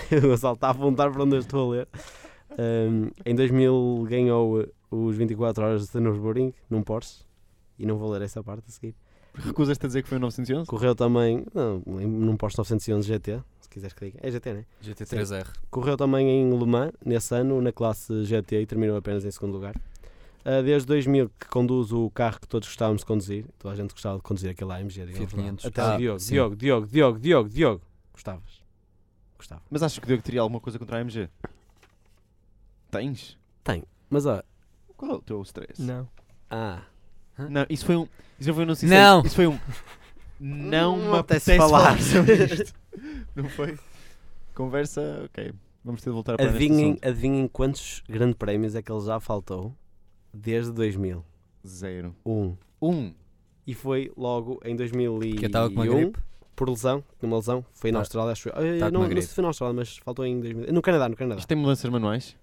Speaker 3: (laughs) Eu só está a apontar para onde eu estou a ler. Um, em 2000 ganhou uh, os 24 horas de Nürburgring num Porsche. E não vou ler essa parte a seguir.
Speaker 1: Recusas-te a dizer que foi em 911?
Speaker 3: Correu também não, em- num Porsche 911 GT, se quiseres que diga. É GT, né?
Speaker 2: GT3R.
Speaker 3: Correu também em Le Mans, nesse ano, na classe GT e terminou apenas em segundo lugar. Ah, desde 2000 que conduz o carro que todos gostávamos de conduzir. Toda a gente gostava de conduzir aquele AMG. digamos
Speaker 2: Fiat
Speaker 3: lá.
Speaker 2: 500.
Speaker 3: Até
Speaker 2: Ah,
Speaker 3: o Diogo,
Speaker 2: sim.
Speaker 3: Diogo, Diogo, Diogo, Diogo, Diogo. Gostavas? Gostava.
Speaker 1: Mas achas que o Diogo teria alguma coisa contra a AMG? Tens?
Speaker 3: Mas ó,
Speaker 1: Qual é o teu stress?
Speaker 4: Não.
Speaker 3: ah,
Speaker 1: Não, isso foi um. Isso não foi um não sei
Speaker 2: Não!
Speaker 1: se- Isso foi um. Não,
Speaker 3: Não
Speaker 1: me
Speaker 3: apetece
Speaker 1: apetece falar
Speaker 3: falar.
Speaker 1: sobre isto. (laughs) Não foi? Conversa, ok. Vamos ter de voltar para
Speaker 3: adivinhem, adivinhem quantos grandes prémios é que ele já faltou desde 2000.
Speaker 1: Zero.
Speaker 3: Um.
Speaker 1: Um.
Speaker 3: E foi logo em 2001.
Speaker 2: Que eu estava com uma gripe.
Speaker 3: por lesão, tinha uma lesão, foi na
Speaker 2: Tá-
Speaker 3: Austrália, acho eu. Eh,
Speaker 2: tá com uma
Speaker 3: não, não sei
Speaker 2: gripe.
Speaker 3: se foi na Austrália, mas faltou em 2000. No Canadá, no Canadá.
Speaker 1: Isto tem mudanças manuais?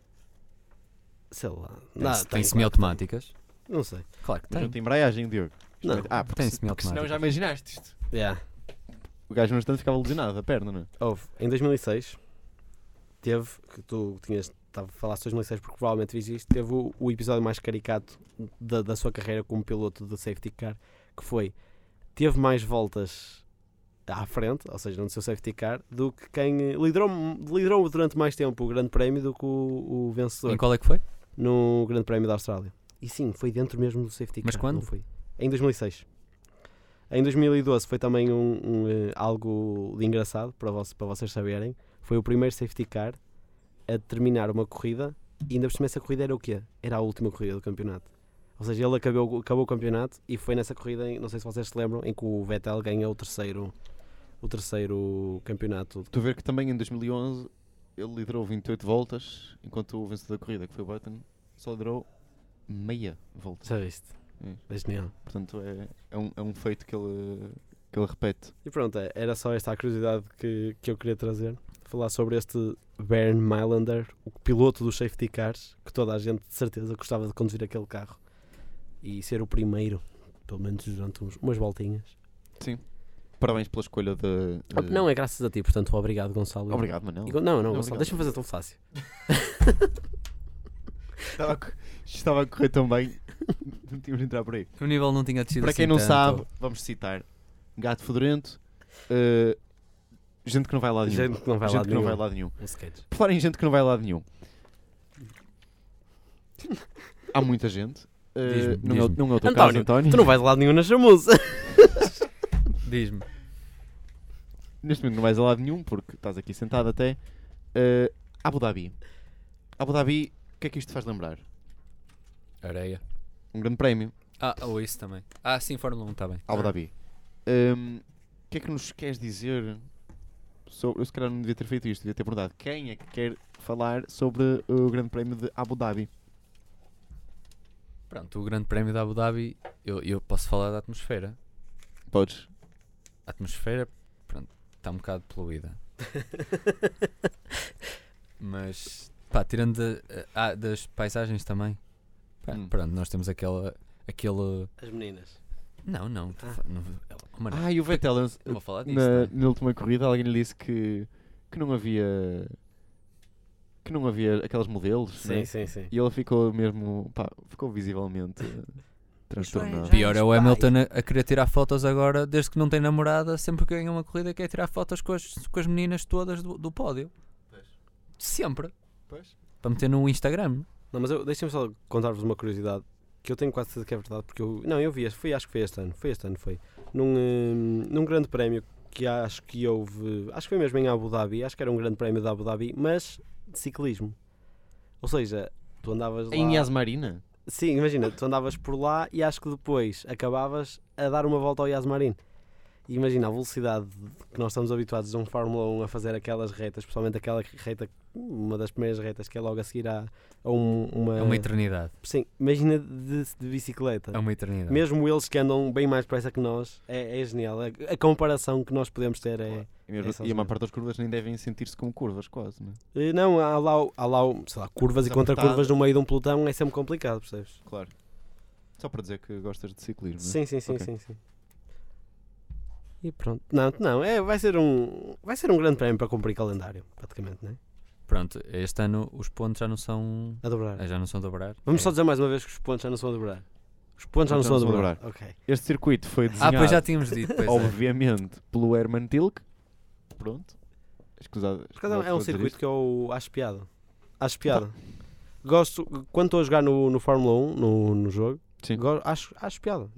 Speaker 3: Sei lá.
Speaker 2: Tem,
Speaker 3: Não,
Speaker 2: se- tem
Speaker 3: tem,
Speaker 2: semiautomáticas?
Speaker 3: Não sei.
Speaker 2: Claro que tem.
Speaker 1: Junta embraiagem, Diogo.
Speaker 3: Não.
Speaker 1: Ah, porque,
Speaker 2: Tem
Speaker 1: se- porque senão
Speaker 2: semiautomáticas.
Speaker 1: já imaginaste isto.
Speaker 3: Yeah.
Speaker 1: O gajo no instante ficava lesionado, a perna, não é?
Speaker 3: Houve. Em 2006, teve, que tu tinhas, estava a falar de 2006 porque provavelmente viste isto, teve o, o episódio mais caricato da, da sua carreira como piloto de safety car, que foi, teve mais voltas à frente, ou seja, no seu safety car, do que quem eh, liderou, liderou durante mais tempo o grande prémio do que o, o vencedor
Speaker 2: Em qual é que foi?
Speaker 3: no grande prémio da Austrália. E sim, foi dentro mesmo do safety car.
Speaker 2: Mas quando?
Speaker 3: Não foi. Em 2006. Em 2012 foi também um, um, eh, algo de engraçado para, vos- para vocês saberem. Foi o primeiro safety car a terminar uma corrida e ainda por cima essa corrida era o quê? Era a última corrida do campeonato. Ou seja, ele acabou, acabou o campeonato e foi nessa corrida, em- não sei se vocês se lembram, em que o Vettel ganha o terceiro, o terceiro campeonato.
Speaker 1: Tu ver que também em 2011 ele liderou 28 voltas, enquanto o vencedor da corrida, que foi o Button, só liderou meia volta.
Speaker 3: Já viste?
Speaker 1: Hum.
Speaker 3: É genial.
Speaker 1: Portanto, é, é, um, é um feito que ele, que ele repete.
Speaker 3: E pronto, é- era só esta a curiosidade que, que eu queria trazer. Falar sobre este Baron Mylander, o piloto dos safety cars, que toda a gente de certeza gostava de conduzir aquele carro. E ser o primeiro, pelo menos durante uns- umas voltinhas.
Speaker 1: Parabéns pela escolha de.
Speaker 3: Ah,
Speaker 1: de-
Speaker 3: Não, é graças a ti, portanto, obrigado, Gonçalo.
Speaker 1: Hum. Obrigado, Manel.
Speaker 3: E Gon- não, não,
Speaker 1: Obrigado.
Speaker 3: Gonçalo, deixa-me fazer tão fácil.
Speaker 1: Estava a, co- estava a correr tão bem, (laughs) não tínhamos de entrar por aí.
Speaker 2: O nível não tinha descido
Speaker 1: Para quem
Speaker 2: assim
Speaker 1: não
Speaker 2: tanto.
Speaker 1: sabe, vamos citar: Gato Fedorento, eh, Gente que não vai lá nenhum.
Speaker 3: Gente que não vai
Speaker 1: Gente
Speaker 3: lá
Speaker 1: que não vai lá nenhum.
Speaker 3: Um skate.
Speaker 1: Por falar em gente que não vai lá nenhum, há muita gente. eh,
Speaker 2: Diz-me,
Speaker 1: não, é, o-
Speaker 2: diz-me.
Speaker 1: não é o teu caso,
Speaker 3: António,
Speaker 1: António.
Speaker 3: Tu não vais lá nenhum na
Speaker 1: (laughs)
Speaker 3: chamuça.
Speaker 2: Diz-me.
Speaker 1: Neste momento não vais a lado nenhum, porque estás aqui sentado até. Eh, Abu Dhabi. Abu Dhabi, o que é que isto faz lembrar?
Speaker 2: Areia.
Speaker 1: Um grande prémio.
Speaker 2: Ah, ou isso também. Ah, sim, Fórmula 1, está bem. Tá.
Speaker 1: Abu Dhabi. Hum, o que é que nos queres dizer sobre. Eu se calhar não devia ter feito isto, devia ter perguntado. Quem é que quer falar sobre o Grande Prémio de Abu Dhabi?
Speaker 2: Pronto, o grande prémio da Abu Dhabi, eu, eu posso falar da atmosfera.
Speaker 1: Podes.
Speaker 2: A atmosfera, pronto, está um bocado poluída. Mas, pá, tirando da- ah, das paisagens também. Pá,
Speaker 1: Hum.
Speaker 2: Pronto, nós temos aquela... Aquele...
Speaker 3: As meninas.
Speaker 2: Não, não. tô
Speaker 3: Ah.
Speaker 2: fa- não oh, mano,
Speaker 1: Ah, e o Vettel,
Speaker 2: não vou falar disso.
Speaker 1: na,
Speaker 2: não é?
Speaker 1: na última corrida, alguém lhe disse que, que não havia. que não havia aqueles modelos. né?
Speaker 3: Sim, sim, sim.
Speaker 1: E ele ficou mesmo. pá, ficou visivelmente eh, transtornado.
Speaker 2: Pior é o Hamilton a, a querer tirar fotos agora, desde que não tem namorada, sempre que ganha uma corrida quer tirar fotos com as, com as meninas todas do, do pódio. Sempre.
Speaker 1: Pois.
Speaker 2: Para meter no Instagram.
Speaker 3: Não, mas eu- deixem-me só contar-vos uma curiosidade que eu tenho quase certeza que é verdade, porque eu. Não, eu vi, este- foi, acho que foi este ano, foi este ano, foi. Num, hum, num grande prémio que acho que houve. Acho que foi mesmo em Abu Dhabi, acho que era um grande prémio de Abu Dhabi, mas de ciclismo. Ou seasja, tu andavas é, lá.
Speaker 1: Em Yas Marina?
Speaker 3: Sim, imagina, tu andavas por lá e acho que depois acabavas a dar uma volta ao Yas Marin. E imagina a velocidade que nós estamos habituados a um Fórmula 1 a fazer aquelas retas, principalmente aquela reta, uma das primeiras retas que é logo a seguir a, a um- uma.
Speaker 2: É uma eternidade.
Speaker 3: Sim, imagina de, de bicicleta.
Speaker 2: É uma eternidade.
Speaker 3: Mesmo eles que andam bem mais depressa que nós, é, é genial. A, a comparação que nós podemos ter é.
Speaker 1: E, mesmo-
Speaker 3: É só
Speaker 1: e a maior
Speaker 3: assim.
Speaker 1: parte das curvas nem devem sentir-se como curvas, quase, né?
Speaker 3: Eh, Não, há lá, o- há lá, o- sei lá curvas e
Speaker 1: As
Speaker 3: contra-curvas
Speaker 1: apertadas.
Speaker 3: no meio de um pelotão, é sempre complicado, percebes?
Speaker 1: Claro. Só para dizer que gostas de ciclismo. né?
Speaker 3: Sim, sim, sim,
Speaker 1: Ok.
Speaker 3: sim, sim. E pronto. Não, não, é, vai, ser um, vai ser um grande prémio para cumprir calendário, praticamente, não é?
Speaker 2: Pronto, este ano os pontos já não são.
Speaker 3: A dobrar.
Speaker 2: ah, Já não são a dobrar.
Speaker 3: Vamos
Speaker 2: É.
Speaker 3: só dizer mais uma vez que os pontos já não são a dobrar. Os pontos já não são a dobrar. Ok.
Speaker 1: Este circuito foi
Speaker 2: Ah,
Speaker 1: desenhado,
Speaker 2: pois já tínhamos dito.
Speaker 3: (laughs)
Speaker 2: Pois é.
Speaker 1: obviamente, pelo Herman Tilke. Pronto. Escusado.
Speaker 3: Por acaso é
Speaker 1: escusado de
Speaker 3: um
Speaker 1: dizer
Speaker 3: circuito que eu acho piada. Acho piada. Gosto, quando estou a jogar no, no Fórmula 1, no, no jogo,
Speaker 1: Sim.
Speaker 3: go- acho, acho piada.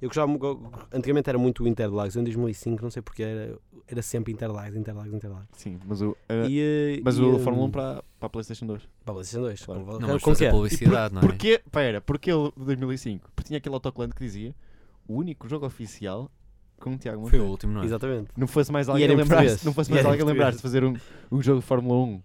Speaker 3: Eu que já me go- antigamente era muito Interlagos, em 2005, não sei porque era, era sempre Interlagos, Interlagos, Interlagos.
Speaker 1: isto. Sim, mas o, a-
Speaker 3: E, eh,
Speaker 1: É. mas
Speaker 3: e,
Speaker 1: o
Speaker 3: eh,
Speaker 1: Fórmula 1 para, para a PlayStation 2.
Speaker 3: Para a PlayStation 2,
Speaker 1: Claro.
Speaker 3: com-
Speaker 2: Não
Speaker 3: com-
Speaker 2: vamos
Speaker 3: com
Speaker 2: fazer
Speaker 3: que é?
Speaker 2: publicidade, não é?
Speaker 1: Porquê? Pera, porquê o de 2005? Porque tinha aquele autocolante que dizia o único jogo oficial com o Tiago
Speaker 2: Foi
Speaker 1: Monteiro.
Speaker 2: o último, não é?
Speaker 3: Exatamente.
Speaker 1: Não fosse mais
Speaker 3: E
Speaker 1: alguém
Speaker 3: era em
Speaker 1: lembrar-se
Speaker 3: português.
Speaker 1: não fosse
Speaker 3: E
Speaker 1: mais
Speaker 3: era em
Speaker 1: alguém lembrar-se de um
Speaker 3: português.
Speaker 1: fazer um, um jogo de Fórmula 1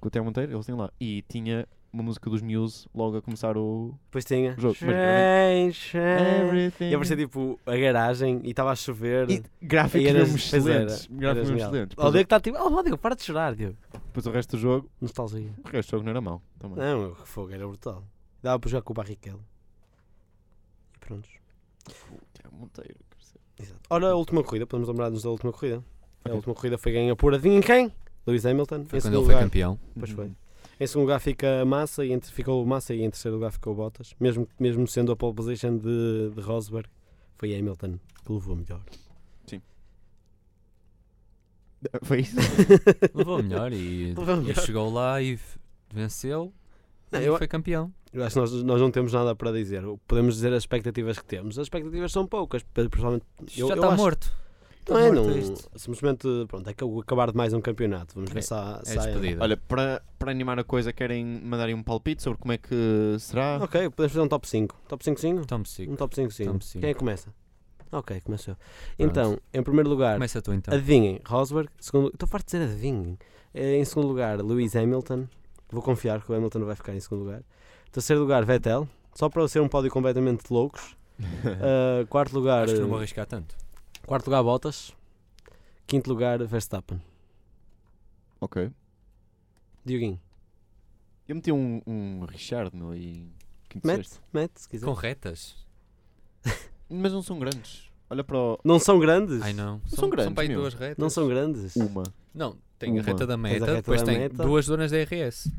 Speaker 1: com o Tiago Monteiro, eles tinham lá. E tinha uma música dos Muse logo a começar o
Speaker 3: Depois tinha.
Speaker 1: Jogo, mas-
Speaker 3: Shine, shine.
Speaker 1: Everything.
Speaker 3: E aparecia tipo a garagem e estava a chover.
Speaker 1: E gráficos
Speaker 3: e eras-
Speaker 1: mesmo
Speaker 3: pois era,
Speaker 1: excelentes.
Speaker 3: eras
Speaker 1: Gráficos mesmo
Speaker 3: genial.
Speaker 1: excelentes. é.
Speaker 3: Oh,
Speaker 1: Depois,
Speaker 3: Diego está tipo, oh, Diego, para de chorar, Diego.
Speaker 1: depois o resto do jogo,
Speaker 3: Nostalgia.
Speaker 1: o resto do jogo não era mau também.
Speaker 3: Não, o fogo era brutal. Dava para jogar com o Barrichello. E pronto.
Speaker 1: É, Monteiro. quer dizer.
Speaker 3: Exato. Ora, a última corrida, podemos lembrar-nos da última corrida.
Speaker 1: Ok.
Speaker 3: A última corrida foi ganha por adivinha quem? Lewis Hamilton.
Speaker 2: Foi quando
Speaker 3: em, segundo
Speaker 2: ele foi
Speaker 3: lugar, (laughs)
Speaker 2: campeão.
Speaker 3: Pois foi.
Speaker 1: Uhum.
Speaker 3: em segundo lugar fica Massa e entre, ficou Massa e em terceiro lugar ficou Bottas. Mesmo, mesmo sendo a pole position de, de Rosberg, foi Hamilton que levou melhor.
Speaker 1: (laughs) Foi isso?
Speaker 2: (laughs) Levou melhor e,
Speaker 3: Levou
Speaker 2: e
Speaker 3: melhor.
Speaker 2: chegou lá e f- venceu
Speaker 3: Não,
Speaker 2: e
Speaker 3: eu-
Speaker 2: foi campeão.
Speaker 3: Eu acho que nós, nós não temos nada para dizer. Podemos dizer é as expectativas que temos. As expectativas são poucas. Principalmente, eu,
Speaker 2: Já
Speaker 3: eu
Speaker 2: está
Speaker 3: acho-
Speaker 2: morto.
Speaker 3: Não é,
Speaker 2: morto
Speaker 3: não.
Speaker 2: isto.
Speaker 3: Simplesmente, pronto, é que eu acabar de mais um campeonato. Vamos
Speaker 2: É-
Speaker 3: ver se há.
Speaker 2: É
Speaker 3: se há-
Speaker 2: despedida.
Speaker 1: Olha, para, para animar a coisa, querem mandarem um palpite sobre como é que será? (laughs)
Speaker 3: Ok, podemos fazer um top 5. Top 5 5?
Speaker 2: Tom Sico.
Speaker 3: Um top 5 5.
Speaker 2: Top cinco.
Speaker 3: Quem é que começa? Ok, começo eu. Então, em primeiro lugar,
Speaker 2: Começa tu então.
Speaker 3: adivinhem, Rosberg. Segundo, estou farto de dizer adivinhem. Eh, Em segundo lugar, Lewis Hamilton. Vou confiar que o Hamilton vai ficar em segundo lugar. Terceiro lugar, Vettel. Só para ser um pódio completamente de loucos. Eh, quarto lugar,
Speaker 2: É. Acho que não vou
Speaker 3: eh,
Speaker 2: arriscar tanto.
Speaker 3: quarto lugar, Bottas. Quinto lugar, Verstappen.
Speaker 1: ok.
Speaker 3: Dioguinho,
Speaker 1: Eu meti um, um Richard, meu, e... quinto,
Speaker 3: mete,
Speaker 1: sexto.
Speaker 3: mete, se quiser.
Speaker 2: Com retas?
Speaker 1: Mas não são grandes. Olha para o...
Speaker 3: Não são grandes?
Speaker 2: Ai não.
Speaker 1: São
Speaker 2: São
Speaker 1: grandes,
Speaker 2: para aí
Speaker 1: meu.
Speaker 2: duas retas.
Speaker 3: Não são grandes?
Speaker 1: Uma.
Speaker 2: Não, tem
Speaker 1: Uma.
Speaker 2: a reta da
Speaker 3: Tens a
Speaker 2: meta,
Speaker 3: reta
Speaker 2: depois
Speaker 3: da
Speaker 2: tem
Speaker 3: meta.
Speaker 2: duas zonas da RS.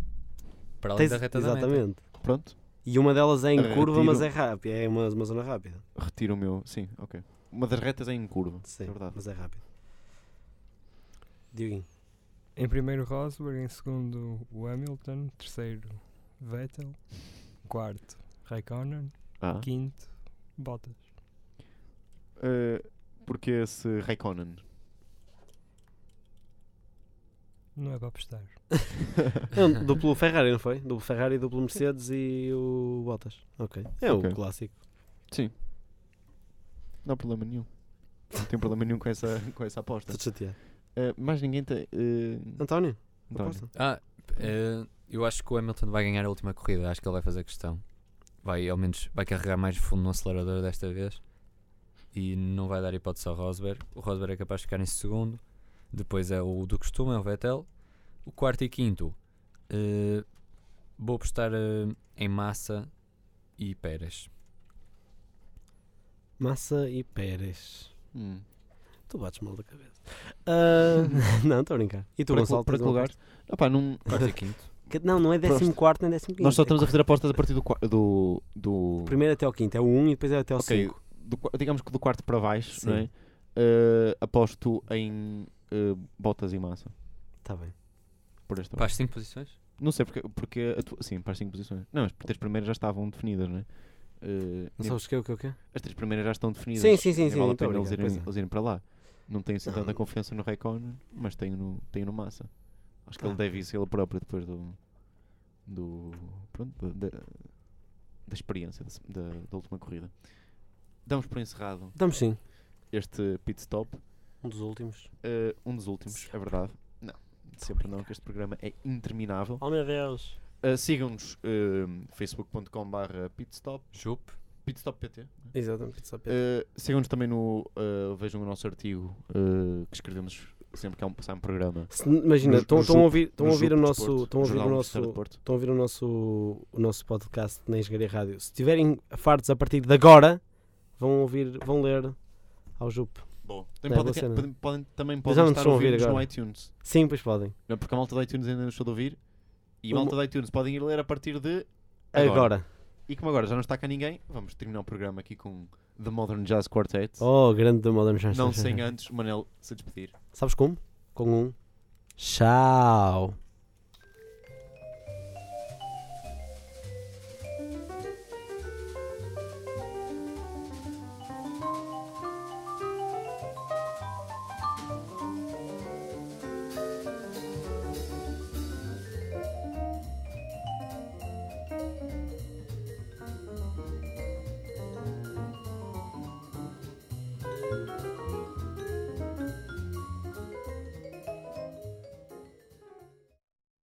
Speaker 2: Para além
Speaker 3: Tens-
Speaker 2: da reta da meta.
Speaker 3: Exatamente.
Speaker 1: Pronto.
Speaker 3: E uma delas é em
Speaker 1: Ah,
Speaker 3: curva,
Speaker 1: tiro.
Speaker 3: mas é rápida. É uma, uma zona rápida.
Speaker 1: Retiro o meu. Sim, ok. Uma das retas é em curva.
Speaker 3: Sim,
Speaker 1: É verdade.
Speaker 3: mas é rápida. Dioguinho.
Speaker 4: Em primeiro Rosberg, em segundo o Hamilton, terceiro Vettel, quarto Raikkonen,
Speaker 1: Ah.
Speaker 4: quinto Bottas.
Speaker 1: Eh, porque esse Raikkonen.
Speaker 4: Não é para apostar.
Speaker 3: Não, É um duplo Ferrari, não foi? Duplo Ferrari, duplo Mercedes e o Bottas. Ok. É
Speaker 1: Ok.
Speaker 3: o clássico.
Speaker 1: Não há problema nenhum. Não tem problema nenhum com essa, com essa aposta.
Speaker 3: Estou chateado.
Speaker 1: Eh, mais ninguém tem. eh,
Speaker 3: António?
Speaker 1: António.
Speaker 3: aposta?
Speaker 2: Ah, eh, eu acho que o Hamilton vai ganhar a última corrida. Acho que ele vai fazer questão. Vai, ao menos, vai carregar mais fundo no acelerador desta vez. E não vai dar hipótese ao Rosberg. O Rosberg é capaz de ficar em segundo. Depois é o do costume, é o Vettel. O quarto e quinto. eh, vou apostar eh, em Massa e Pérez.
Speaker 3: Massa e Pérez.
Speaker 1: hum.
Speaker 3: Tu bates mal da cabeça. Ah, (laughs) não, estou a brincar. E tu,
Speaker 1: Para que-
Speaker 3: Gonçalo?
Speaker 1: para
Speaker 3: tens
Speaker 1: que
Speaker 3: uma
Speaker 1: lugar?
Speaker 3: aposta?
Speaker 1: Ah pá, não-
Speaker 2: Quarto e quinto.
Speaker 3: Que- Não, não é 14 quarto nem 15
Speaker 1: nós só estamos a fazer apostas a partir do. qua- do, do...
Speaker 3: Primeiro até ao quinto. É o 1 e depois é até ao
Speaker 1: Ok,
Speaker 3: 5.
Speaker 1: do qua- digamos que do quarto para baixo, não é?
Speaker 3: Sim.
Speaker 1: Eh, aposto em eh, botas e massa.
Speaker 3: Está Tá bem.
Speaker 1: Por esta
Speaker 2: Para as cinco posições?
Speaker 1: Não sei porque. porque a tua- sim, para as 5 posições. Não, as três primeiras já estavam definidas, não é? Eh,
Speaker 3: Não sabes o que é o que é o que é?
Speaker 1: As três primeiras já estão definidas.
Speaker 3: Sim, sim, sim,
Speaker 1: Nem
Speaker 3: sim,
Speaker 1: vale a
Speaker 3: então,
Speaker 1: pena eles
Speaker 3: obrigado,
Speaker 1: irem,
Speaker 3: pois é.
Speaker 1: eles irem para lá. Não tenho assim tanta
Speaker 3: Não.
Speaker 1: confiança no Raikkonen, mas tenho no, tenho no Massa. Acho que
Speaker 3: Ah,
Speaker 1: ele deve isso ele próprio depois do. do pronto, da, da- da experiência da, se- da- da última corrida. Damos por encerrado
Speaker 3: Damos sim.
Speaker 1: este pit stop,
Speaker 3: Um dos últimos.
Speaker 1: eh, um dos últimos, é verdade. Não, sempre não, que este programa é interminável.
Speaker 3: Oh meu Deus.
Speaker 1: Eh, Sigam-nos facebook.com.br facebook.com.br pitstop,
Speaker 2: Chup.
Speaker 1: pitstop.pt. né?
Speaker 3: Exatamente. só pena.
Speaker 1: Uh, Sigam-nos também no. uh, vejam o nosso artigo uh, que escrevemos sempre que há um, sai um programa.
Speaker 3: Se- Imagina,
Speaker 1: no-
Speaker 3: estão
Speaker 1: no
Speaker 3: estão a
Speaker 1: Jupe-
Speaker 3: ouvir, estão a
Speaker 1: no
Speaker 3: ouvir
Speaker 1: Jupe
Speaker 3: o
Speaker 1: de
Speaker 3: nosso,
Speaker 1: Porto,
Speaker 3: estão a ouvir
Speaker 1: Jornal
Speaker 3: o
Speaker 1: Universitário
Speaker 3: nosso,
Speaker 1: de Porto.
Speaker 3: estão a ouvir o nosso, o nosso podcast na Engenharia Rádio. Se tiverem fartos a partir de agora, vão ouvir, vão ler ao Jupe.
Speaker 1: Bom,
Speaker 3: É,
Speaker 1: também, podem,
Speaker 3: boa cena.
Speaker 1: podem- podem- também
Speaker 3: já
Speaker 1: podem
Speaker 3: nos
Speaker 1: estar
Speaker 3: estão
Speaker 1: a
Speaker 3: a ouvir
Speaker 1: ouvir no
Speaker 3: agora.
Speaker 1: iTunes.
Speaker 3: Sim, pois podem.
Speaker 1: Não, porque a malta do iTunes ainda não deixou de ouvir. E a
Speaker 3: Uma-
Speaker 1: malta do iTunes podem ir ler a partir de.
Speaker 3: Agora.
Speaker 1: E como agora já não está cá ninguém, vamos terminar o programa aqui com The Modern Jazz Quartet.
Speaker 3: Oh, grande da Modern Chance.
Speaker 1: Não sem antes o Manel se despedir.
Speaker 3: Sabes como? Com um. Tchau.